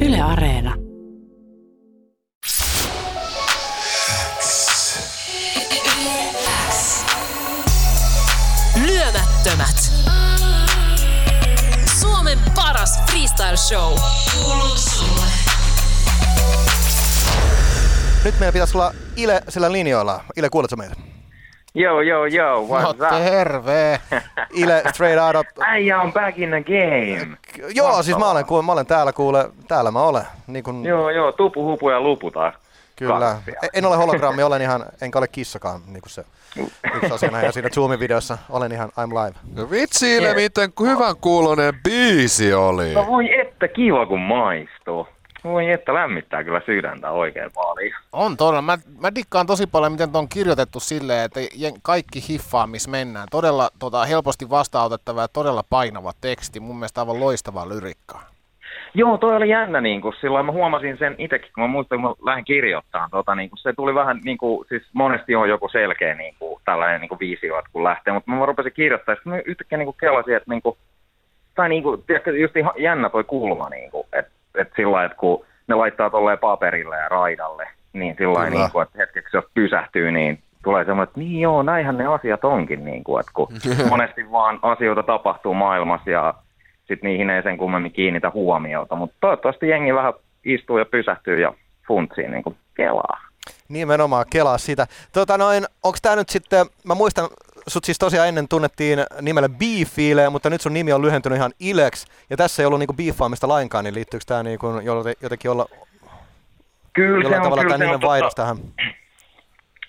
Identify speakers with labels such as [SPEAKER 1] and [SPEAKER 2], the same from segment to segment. [SPEAKER 1] Yle Areena.
[SPEAKER 2] Lyömättömät. Suomen paras freestyle show. Kuuluu sulle.
[SPEAKER 3] Nyt meidän pitäisi olla Ile sillä linjoilla. Ile, kuuletko meitä?
[SPEAKER 4] Yo, yo, yo, what's up?
[SPEAKER 5] terve.
[SPEAKER 3] Ile, straight out of...
[SPEAKER 4] Äijä on back in the game.
[SPEAKER 3] Joo, siis mä olen, kuule, mä olen täällä kuule, täällä mä olen. Niin kun,
[SPEAKER 4] Joo, joo, tupu, hupu ja lupu taas.
[SPEAKER 3] kyllä.
[SPEAKER 4] kaksi.
[SPEAKER 3] En ole hologrammi, olen ihan, enkä ole kissakaan, niin kuin se yksi asia nähdään siinä Zoomin videossa. Olen ihan I'm live.
[SPEAKER 5] No vitsi, Ile, miten ku- hyvän kuulonen biisi oli.
[SPEAKER 4] No voi että, kiva kun maistuu. Voi että, lämmittää kyllä sydäntä oikein paljon.
[SPEAKER 6] On todella. Mä, mä dikkaan tosi paljon, miten tuo on kirjoitettu silleen, että jen- kaikki hiffaa, missä mennään. Todella tota, helposti vastaanotettava ja todella painava teksti. Mun mielestä aivan loistava lyrikka.
[SPEAKER 4] Joo, toi oli jännä, niin kuin, silloin mä huomasin sen itsekin, kun mä muistan, kun mä lähdin kirjoittamaan, tota, niin kuin, se tuli vähän, niin kuin, siis monesti on joku selkeä niin kuin, tällainen niin kuin viisio, että kun lähtee, mutta mä vaan rupesin kirjoittamaan, sitten mä yhtäkkiä niin kuin kelasin, että niin kuin, tai niin kuin, tiedätkö, just ihan jännä toi kulma, niin kuin, että, että sillä lailla, että kun ne laittaa tolleen paperille ja raidalle, niin sillä lailla,
[SPEAKER 5] Kyllä.
[SPEAKER 4] niin kuin, että hetkeksi jos pysähtyy, niin tulee semmoinen, että niin joo, näinhän ne asiat onkin, niin kuin, että kun monesti vaan asioita tapahtuu maailmassa ja sit niihin ei sen kummemmin kiinnitä huomiota, mutta toivottavasti jengi vähän istuu ja pysähtyy ja funtsii niin kuin kelaa.
[SPEAKER 3] Nimenomaan, kelaa sitä. Tota noin, onks tää nyt sitten, mä muistan, sut siis tosiaan ennen tunnettiin nimellä Beefile, mutta nyt sun nimi on lyhentynyt ihan Ileksi, ja tässä ei ollut niinku beefaamista lainkaan, niin liittyykö tää niinku jolle- jotenkin olla,
[SPEAKER 4] Kyllä
[SPEAKER 3] jollain tavalla tää nimen
[SPEAKER 4] totta.
[SPEAKER 3] vaihdos tähän?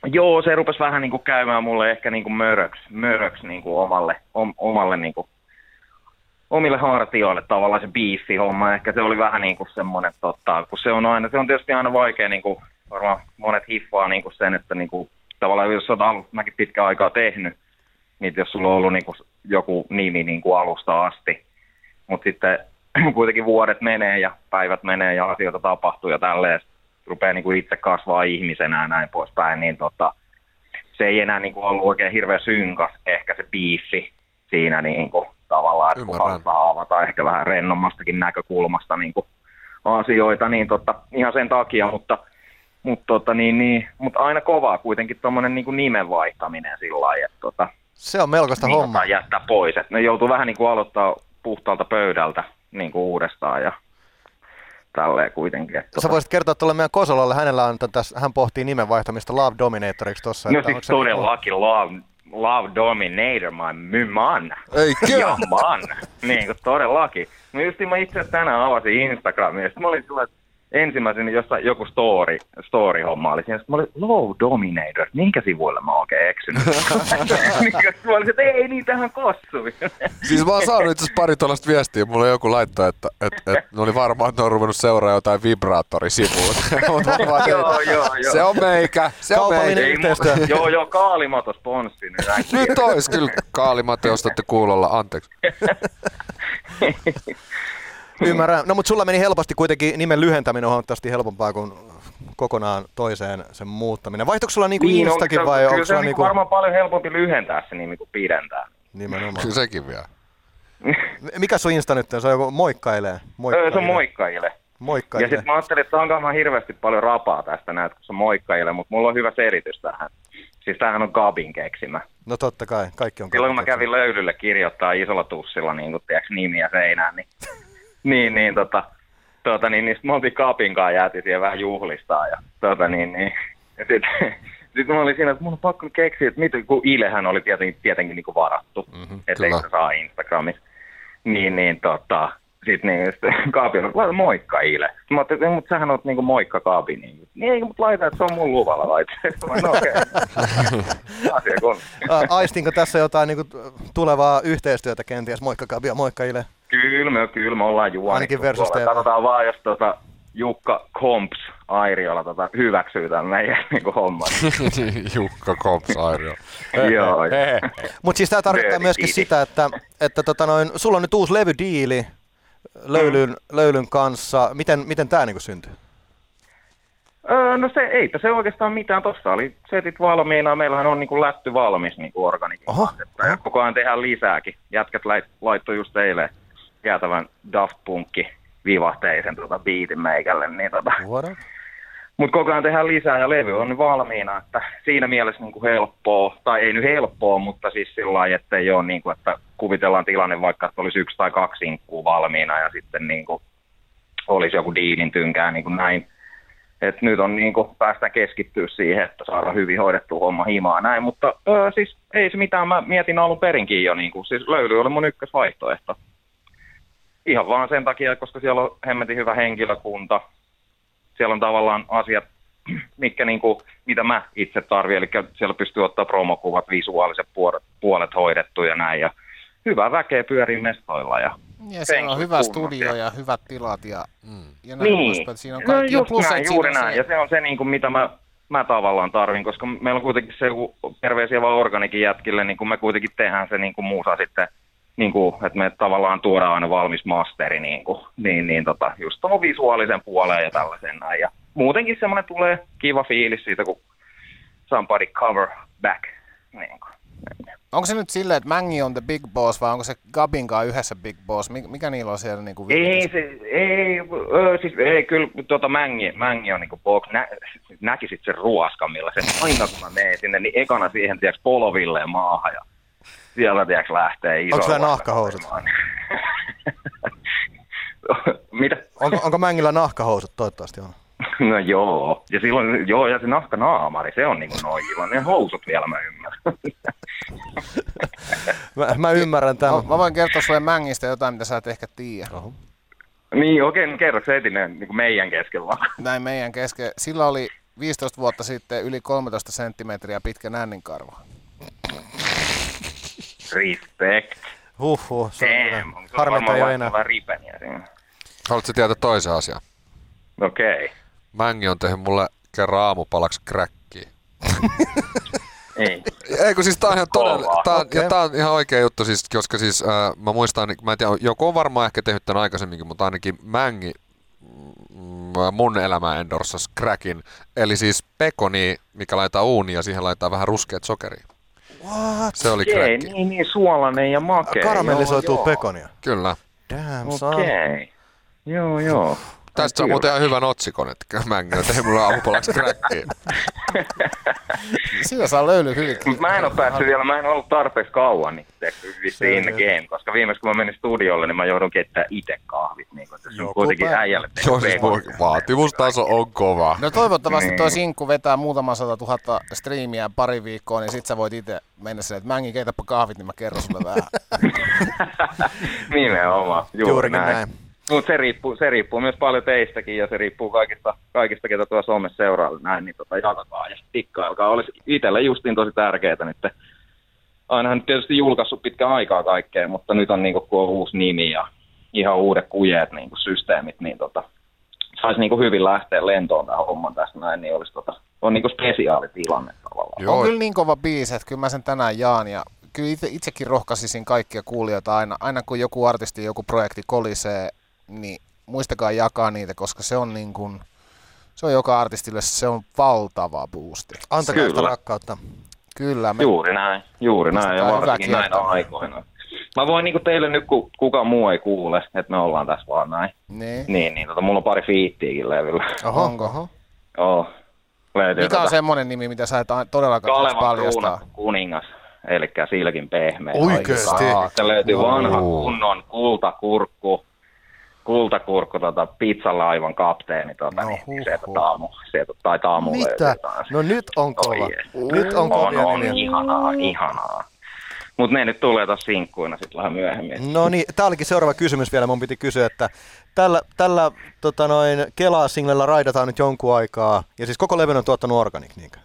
[SPEAKER 4] Joo, se rupesi vähän niin kuin käymään mulle ehkä niin kuin möröksi, möröksi niin kuin omalle, om, omalle niin kuin, omille hartioille tavallaan se biifi homma. Ehkä se oli vähän niin kuin semmoinen, tota, kun se on aina, se on tietysti aina vaikea, niin kuin, varmaan monet hiffaa niin kuin sen, että niin kuin, tavallaan jos olet alusta mäkin pitkän aikaa tehnyt, niin jos sulla on ollut niin kuin, joku nimi niin kuin alusta asti, mutta sitten kuitenkin vuodet menee ja päivät menee ja asioita tapahtuu ja tälleen Sit rupeaa niin kuin itse kasvaa ihmisenä ja näin poispäin, niin tota, se ei enää niin kuin ollut oikein hirveän synkas ehkä se biifi siinä niin kuin, tavallaan, että kun
[SPEAKER 5] Ymmärrän.
[SPEAKER 4] halutaan avata ehkä vähän rennommastakin näkökulmasta niin kuin, asioita, niin tota, ihan sen takia, mutta mutta tota, niin, niin, mut aina kovaa kuitenkin tuommoinen niin nimen vaihtaminen sillä lailla, että tota,
[SPEAKER 3] Se on melkoista
[SPEAKER 4] niin,
[SPEAKER 3] hommaa.
[SPEAKER 4] jotain jättää pois. Et ne joutuu vähän niin kuin aloittaa puhtaalta pöydältä niin kuin uudestaan ja tälleen kuitenkin. Et,
[SPEAKER 3] Sä
[SPEAKER 4] tota,
[SPEAKER 3] voisit kertoa tuolle meidän Kosolalle, hänellä on tässä, hän pohtii nimen vaihtamista Love Dominatoriksi tuossa.
[SPEAKER 4] no
[SPEAKER 3] että onko
[SPEAKER 4] siis
[SPEAKER 3] se-
[SPEAKER 4] todellakin love, love dominator, my my man.
[SPEAKER 5] Eikö?
[SPEAKER 4] Ja man. niin kuin todellakin. No just niin mä itse asiassa tänään avasin Instagramia. Sitten mä olin sillä, että ensimmäisen jossain joku story, story homma oli siinä. Sitten mä olin, Low Dominator, minkä sivuilla mä oon oikein eksynyt? niin, kuin, mä olin, että ei niin niitähän kossui.
[SPEAKER 5] Siis mä oon saanut itse asiassa pari tuollaista viestiä. Mulle joku laittaa, että et, et, ne oli varmaan, että ne on ruvennut seuraa jotain vibraattorisivuja. Mut mä vaan,
[SPEAKER 4] joo, joo, joo.
[SPEAKER 5] se on meikä. Se on
[SPEAKER 3] Kaupallinen
[SPEAKER 5] meikä.
[SPEAKER 4] Ei,
[SPEAKER 3] yhteistyö.
[SPEAKER 4] mu- joo, joo, kaalimato sponssi nyt äkkiä.
[SPEAKER 5] Nyt ois kyllä kaalimatte, jos te olette kuulolla. Anteeksi.
[SPEAKER 3] Ymmärrän. No mutta sulla meni helposti kuitenkin, nimen lyhentäminen on huomattavasti helpompaa kuin kokonaan toiseen sen muuttaminen. Vaihtoiko sulla niinku
[SPEAKER 4] Niin,
[SPEAKER 3] Instakin
[SPEAKER 4] onko se-
[SPEAKER 3] vai onko
[SPEAKER 4] Kyllä se
[SPEAKER 3] sulla
[SPEAKER 4] on niinku...
[SPEAKER 3] niinku...
[SPEAKER 4] varmaan paljon helpompi lyhentää se nimi kuin pidentää.
[SPEAKER 3] Nimenomaan.
[SPEAKER 5] Kyllä sekin vielä.
[SPEAKER 3] Mikä sun Insta nyt on? Se on joku moikkailee.
[SPEAKER 4] Öö, se on
[SPEAKER 3] Moikkailee.
[SPEAKER 4] moikkaille. Ja
[SPEAKER 3] Moikkailee.
[SPEAKER 4] sitten mä ajattelin, että onkohan mä hirveästi paljon rapaa tästä näet, kun se on moikkaille, mutta mulla on hyvä selitys tähän. Siis tämähän on Gabin keksimä.
[SPEAKER 3] No totta kai, kaikki on
[SPEAKER 4] Silloin kun mä
[SPEAKER 3] kaikki.
[SPEAKER 4] kävin löylylle kirjoittaa isolla tussilla niin kun, tiiäks, nimiä seinään, niin, niin, niin, tota, tota, niin, niin sit me oltiin kapinkaan jäätiin siihen vähän juhlistaa. Ja, tota, niin, niin. ja sitten sit mä olin siinä, että mun on pakko keksiä, että miten, kun Ilehän oli tietenkin, tietenkin niin kuin varattu,
[SPEAKER 3] Mhm,
[SPEAKER 4] mm-hmm, että
[SPEAKER 5] kyllä.
[SPEAKER 4] se saa Instagramissa. Niin, niin, tota, sitten niin, sit Kaapi on, laita moikka Ile. Sit Mä ajattelin, että mutta sähän oot niinku moikka Kaapi. Niin, niin mutta laita, että se on mun luvalla laita. Mä sanoin, no okei. Asia kun.
[SPEAKER 3] Ä, Aistinko tässä jotain niinku tulevaa yhteistyötä kenties? Moikka Kabia, moikka Ile.
[SPEAKER 4] Kyllä me, kyllä me ollaan juonittu.
[SPEAKER 3] Ainakin versus
[SPEAKER 4] tuolla.
[SPEAKER 3] teillä.
[SPEAKER 4] Katsotaan vaan, jos tota Jukka Komps Airiola tota, hyväksyy tämän meidän niinku, homman.
[SPEAKER 5] Jukka Kompsairio.
[SPEAKER 4] Joo.
[SPEAKER 3] Mutta siis tämä tarkoittaa
[SPEAKER 4] Dirty
[SPEAKER 3] myöskin
[SPEAKER 4] Deal.
[SPEAKER 3] sitä, että, että tota noin, sulla on nyt uusi levydiili löylyn,
[SPEAKER 4] Mm.
[SPEAKER 3] löylyn kanssa. Miten, miten tämä niinku syntyy?
[SPEAKER 4] Öö, no se ei se oikeastaan mitään. Tuossa oli setit valmiina. Meillähän on niinku, lätty valmis niinku, organikin.
[SPEAKER 3] Oho,
[SPEAKER 4] Ja koko ajan tehdään lisääkin. Jätkät lait- laittoi just eilen jäätävän Daft Punkki vivahteisen tota, biitin meikälle. Niin, tota.
[SPEAKER 3] What up?
[SPEAKER 4] Mutta koko ajan tehdään lisää ja levy on valmiina, että siinä mielessä niinku helppoa, tai ei nyt helppoa, mutta siis sillä lailla, että ei ole niinku, että kuvitellaan tilanne vaikka, että olisi yksi tai kaksi inkkuu valmiina ja sitten niinku olisi joku diilin tynkää niin kuin näin. Et nyt on niin kuin, päästään keskittyä siihen, että saadaan hyvin hoidettua homma himaa näin, mutta öö, siis ei se mitään, mä mietin alun perinkin jo, niin kuin, siis löyly oli mun ykkösvaihtoehto. Ihan vaan sen takia, koska siellä on hemmetin hyvä henkilökunta, siellä on tavallaan asiat, mitkä niin kuin, mitä mä itse tarvitsen, eli siellä pystyy ottaa promokuvat, visuaaliset puolet, puolet hoidettu ja näin, ja hyvää väkeä pyörii mestoilla ja
[SPEAKER 6] Ja siellä on
[SPEAKER 4] penkit
[SPEAKER 6] hyvä
[SPEAKER 4] kunnossa.
[SPEAKER 6] studio ja hyvät tilat ja,
[SPEAKER 5] Mm.
[SPEAKER 6] ja näin
[SPEAKER 4] Niin,
[SPEAKER 6] poispäin. Siinä on
[SPEAKER 4] no,
[SPEAKER 6] kaikki. ja
[SPEAKER 4] just
[SPEAKER 6] plus,
[SPEAKER 4] näin,
[SPEAKER 6] että
[SPEAKER 4] juuri
[SPEAKER 6] siinä on
[SPEAKER 4] näin.
[SPEAKER 6] se-
[SPEAKER 4] Ja se on se, niin kuin, mitä mä, mä tavallaan tarvin, koska meillä on kuitenkin se joku terveisiä vaan organikin jätkille, niin kuin me kuitenkin tehdään se niin kuin muusa sitten, niin kuin, että me tavallaan tuodaan aina valmis masteri, niin, kuin, niin, niin tota, just tuon visuaalisen puoleen ja tällaisen näin. Ja muutenkin semmoinen tulee kiva fiilis siitä, kun somebody cover back. Niin kuin.
[SPEAKER 6] Onko se nyt silleen, että Mängi on the big boss vai onko se Gabin kanssa yhdessä big boss? Mik- Mikä niillä on siellä niinku
[SPEAKER 4] Ei,
[SPEAKER 6] viritys?
[SPEAKER 4] se, ei, ö, siis, ei kyllä tuota, mängi, mängi on niinku box. Nä, näkisit sen ruoskan, millä se aina kun mä menen sinne, niin ekana siihen tiiäks, polvilleen maahan ja siellä tiiäks, lähtee iso.
[SPEAKER 3] Onks sulla
[SPEAKER 4] ruoska
[SPEAKER 3] nahkahousut?
[SPEAKER 4] tulemaan. Mitä?
[SPEAKER 3] Onko, onko Mängillä nahkahousut? Toivottavasti on.
[SPEAKER 4] No joo. Ja silloin, joo, ja se nahkanaamari, se on niinku noin Ne housut vielä mä ymmärrän.
[SPEAKER 3] Mä, mä ymmärrän
[SPEAKER 6] Mä,
[SPEAKER 4] No,
[SPEAKER 3] tämän.
[SPEAKER 6] mä voin kertoa sulle Mängistä jotain, mitä sä et ehkä tiedä.
[SPEAKER 3] Oho.
[SPEAKER 4] niin, okei, okay, kerro se etinen niinku meidän kesken vaan.
[SPEAKER 6] Näin meidän kesken. Sillä oli 15 vuotta sitten yli 13 senttimetriä pitkä nänninkarva.
[SPEAKER 4] Respect.
[SPEAKER 3] Huhhuh, se on kyllä.
[SPEAKER 4] Damn. Onko sulla
[SPEAKER 3] harmita
[SPEAKER 4] varmaan
[SPEAKER 3] ei ole enää.
[SPEAKER 4] laittanut vähän ripeniä siinä?
[SPEAKER 5] Haluatko tietää toisen asian?
[SPEAKER 4] Okei.
[SPEAKER 5] Mängi on tehnyt mulle kerran aamupalaksi kräkkiä.
[SPEAKER 4] Ei.
[SPEAKER 5] Eikö siis tää on ihan todella,
[SPEAKER 4] Kovaa.
[SPEAKER 5] tää on, ja
[SPEAKER 3] Okei.
[SPEAKER 5] tää on ihan oikea juttu siis, koska siis äh, mä muistan, mä en tiedä, joku on varmaan ehkä tehnyt tän aikaisemminkin, mutta ainakin Mängi mm, mun elämä endorsas crackin, eli siis pekoni, mikä laitetaan uuniin ja siihen laitetaan vähän ruskeat sokeria.
[SPEAKER 3] What?
[SPEAKER 5] Se oli
[SPEAKER 4] Okei,
[SPEAKER 5] crack.
[SPEAKER 4] niin, niin, suolainen ja makea.
[SPEAKER 3] Karamellisoituu
[SPEAKER 4] joo,
[SPEAKER 3] pekonia.
[SPEAKER 5] Kyllä.
[SPEAKER 3] Damn,
[SPEAKER 4] joo.
[SPEAKER 3] son.
[SPEAKER 4] Okei. Joo, joo.
[SPEAKER 5] Tästä on muuten ihan hyvän otsikon, että Mängi on tehnyt mulle aamupalaksi crackia.
[SPEAKER 6] Sillä saa löyly hyvin.
[SPEAKER 4] Mutta mä en ole päässyt vielä, mä en ollut tarpeeksi kauan niin
[SPEAKER 3] Se-
[SPEAKER 4] vissiin in the game, koska viimeksi kun mä menin studiolle, niin mä joudun keittämään itse kahvit. Niin kun, että se on
[SPEAKER 6] Joku
[SPEAKER 4] kuitenkin
[SPEAKER 6] päivä.
[SPEAKER 4] äijälle tehty
[SPEAKER 5] Joo, siis
[SPEAKER 4] pekonia.
[SPEAKER 5] voi- vaatimustaso on kova.
[SPEAKER 6] No toivottavasti toi
[SPEAKER 4] Niin.
[SPEAKER 6] sinkku vetää muutaman sata tuhatta striimiä pari viikkoa, niin sit sä voit itse mennä silleen, että Mängi keitäpä kahvit, niin mä kerron sulle vähän.
[SPEAKER 4] Nimenomaan, juuri,
[SPEAKER 3] Juurikin
[SPEAKER 4] näin.
[SPEAKER 3] näin.
[SPEAKER 4] Mutta se riippuu, se riippuu myös paljon teistäkin ja se riippuu kaikista, kaikista ketä tuossa somessa seuraa näin, niin tota, jakakaa ja tikkailkaa. Olisi itselle justiin tosi tärkeää nyt. Ainahan nyt tietysti julkaissut pitkän aikaa kaikkea, mutta nyt on, niin kun on uusi nimi ja ihan uudet kujeet, niin systeemit, niin tota, saisi niin hyvin lähteä lentoon tämä homman tästä näin, niin olisi tota, on niin spesiaalitilanne
[SPEAKER 3] No,
[SPEAKER 4] tavallaan.
[SPEAKER 6] On
[SPEAKER 5] Joo,
[SPEAKER 6] kyllä niin kova biisi, että kyllä mä sen tänään jaan ja kyllä itse, itsekin rohkaisisin kaikkia kuulijoita aina, aina kun joku artisti joku projekti kolisee, niin muistakaa jakaa niitä, koska se on niin kuin, se on joka artistille, se on valtava boosti.
[SPEAKER 3] Antakaa sitä
[SPEAKER 4] Kyllä.
[SPEAKER 3] rakkautta.
[SPEAKER 6] Kyllä, me,
[SPEAKER 4] Juuri näin, juuri näin, ja
[SPEAKER 6] Pistetään
[SPEAKER 4] varsinkin
[SPEAKER 6] hyvä
[SPEAKER 4] näinä
[SPEAKER 6] kiertämään.
[SPEAKER 4] aikoina. Mä voin niinku teille nyt, kun kukaan muu ei kuule, että me ollaan tässä vaan näin.
[SPEAKER 6] niin.
[SPEAKER 4] Niin, niin tota, mulla on pari fiittiäkin levyllä.
[SPEAKER 3] Oho,
[SPEAKER 6] Onko?
[SPEAKER 3] oho.
[SPEAKER 4] Joo. Löytyy
[SPEAKER 6] Mikä on
[SPEAKER 4] tota
[SPEAKER 6] semmonen nimi, mitä sä et a- todellakaan saisi
[SPEAKER 4] Kalevan
[SPEAKER 6] paljastaa?
[SPEAKER 4] kruunattu kuningas, eli silkin pehmeä.
[SPEAKER 3] Oikeesti?
[SPEAKER 4] Ai, Sitten löytyy vanha
[SPEAKER 5] Joo.
[SPEAKER 4] kunnon kultakurkku, kultakurkku tota, pizzalaivan kapteeni, tota,
[SPEAKER 6] No,
[SPEAKER 4] no, niin,
[SPEAKER 6] huhhuh.
[SPEAKER 4] sieltä taamu, sieltä, tai taamu
[SPEAKER 3] Mitä?
[SPEAKER 4] löytyy taas.
[SPEAKER 3] No nyt on
[SPEAKER 4] Oi
[SPEAKER 3] kova.
[SPEAKER 4] jes.
[SPEAKER 3] Nyt on
[SPEAKER 4] on,
[SPEAKER 3] kovia
[SPEAKER 4] on,
[SPEAKER 3] nimiä.
[SPEAKER 4] ihanaa, ihanaa. Mut ne nyt tulee taas sinkkuina sitten vähän myöhemmin.
[SPEAKER 3] No niin, tää olikin seuraava kysymys vielä, mun piti kysyä, että tällä, tällä tota noin, Kela-singlellä raidataan nyt jonkun aikaa, ja siis koko levyn on tuottanut Organic, niinkö?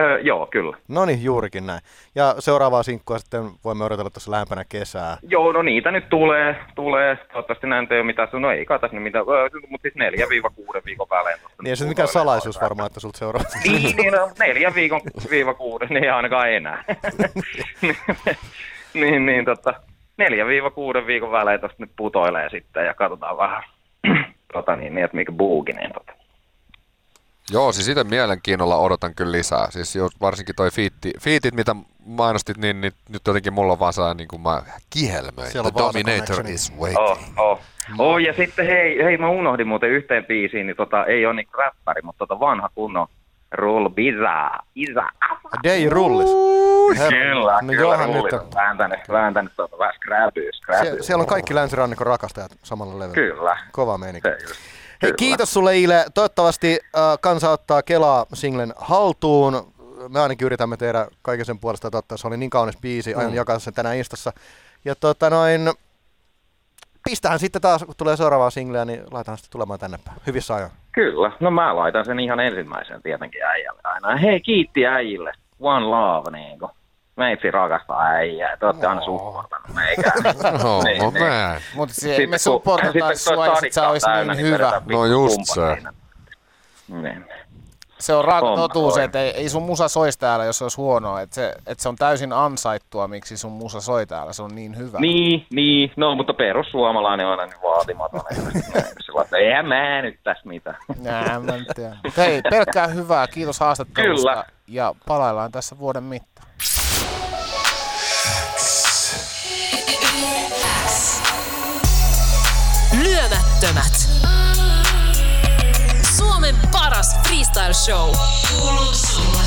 [SPEAKER 4] Öö, joo, kyllä.
[SPEAKER 3] No niin, juurikin näin. Ja seuraavaa sinkkua sitten voimme odotella tuossa lähempänä kesää.
[SPEAKER 4] Joo, no niitä nyt tulee, tulee. Toivottavasti näin ei ole mitään, no ei kai tässä nyt mitään, mutta siis neljä viiva kuuden viikon välein. tosta
[SPEAKER 3] Niin ei
[SPEAKER 4] nyt
[SPEAKER 3] se nyt
[SPEAKER 4] tulee
[SPEAKER 3] mikään
[SPEAKER 4] jotain.
[SPEAKER 3] salaisuus varmaan, että sulta seuraa.
[SPEAKER 4] Niin, niin no, neljä viikon viiva kuuden, niin ei ainakaan enää. niin, niin tota, neljä viiva kuuden viikon välein tosta nyt putoilee sitten ja katsotaan vähän, tota niin, niin että mikä buuginen tota.
[SPEAKER 5] Joo, siis itse mielenkiinnolla odotan kyllä lisää. Siis jos varsinkin toi fiitti, fiitit, mitä mainostit, niin, niin nyt jotenkin mulla on vaan saa niin kuin mä kihelmöin.
[SPEAKER 3] Siellä
[SPEAKER 5] The
[SPEAKER 3] on Vaasa
[SPEAKER 5] Dominator
[SPEAKER 3] connectionit.
[SPEAKER 5] is waiting.
[SPEAKER 4] Oh, oh. Oh, ja sitten hei, hei, mä unohdin muuten yhteen biisiin, niin tota, ei ole niinku räppäri, mutta tota vanha kunnon Roll Biza. Iza.
[SPEAKER 3] Day rullis.
[SPEAKER 4] Kyllä,
[SPEAKER 3] no
[SPEAKER 4] kyllä
[SPEAKER 3] johan
[SPEAKER 4] rullit
[SPEAKER 3] nyt.
[SPEAKER 4] on vääntänyt, vääntänyt tota vähän scrabyy, scrabyy.
[SPEAKER 3] Sie- siellä on kaikki länsirannikon rakastajat samalla levyllä.
[SPEAKER 4] Kyllä.
[SPEAKER 3] Kova meininki.
[SPEAKER 4] Se just.
[SPEAKER 3] Hei,
[SPEAKER 4] Kyllä.
[SPEAKER 3] kiitos sulle Ile. Toivottavasti äh, kansa ottaa Kelaa singlen haltuun. Me ainakin yritämme tehdä kaiken sen puolesta totta. Se oli niin kaunis biisi, aion jakaa sen tänään Instassa. Ja tota noin, pistähän sitten taas, kun tulee seuraavaa singleä, niin laitahan sitten tulemaan tänne päin. Hyvissä ajoin.
[SPEAKER 4] Kyllä, no mä laitan sen ihan ensimmäisen tietenkin äijälle aina. Hei, kiitti äijille. One love, niinku. Meitsi rakastaa äijää, te ootte aina supportannut meikään.
[SPEAKER 5] No,
[SPEAKER 4] Niin,
[SPEAKER 5] no
[SPEAKER 4] niin.
[SPEAKER 5] man.
[SPEAKER 6] Mutta
[SPEAKER 4] Sitten
[SPEAKER 6] se, me
[SPEAKER 4] kun-
[SPEAKER 6] supportataan
[SPEAKER 4] sitten kun
[SPEAKER 6] sua, ja
[SPEAKER 4] stadit
[SPEAKER 6] sit sä
[SPEAKER 4] on
[SPEAKER 6] oisit
[SPEAKER 4] täynnä,
[SPEAKER 6] niin hyvä.
[SPEAKER 4] vedetään
[SPEAKER 5] No
[SPEAKER 4] vittu
[SPEAKER 5] just
[SPEAKER 4] kumpat
[SPEAKER 5] se.
[SPEAKER 4] siinä. Niin.
[SPEAKER 6] Se on raaka
[SPEAKER 4] Homma
[SPEAKER 6] totuus,
[SPEAKER 4] toi.
[SPEAKER 6] että ei, ei sun musa soisi täällä, jos se olisi huonoa. Että se, et se on täysin ansaittua, miksi sun musa soi täällä. Se on niin hyvä.
[SPEAKER 4] Niin, niin. No, mutta perussuomalainen on aina niin vaatimaton. että sillä lailla, että Eihän mä nyt tässä mitään.
[SPEAKER 6] Nää, mä nyt tiedän. Mut Hei, pelkkää hyvää. Kiitos haastattelusta.
[SPEAKER 4] Kyllä.
[SPEAKER 6] Ja palaillaan tässä vuoden mittaan.
[SPEAKER 2] Lyömättömät. Suomen paras freestyle show. Kuuluu sulle.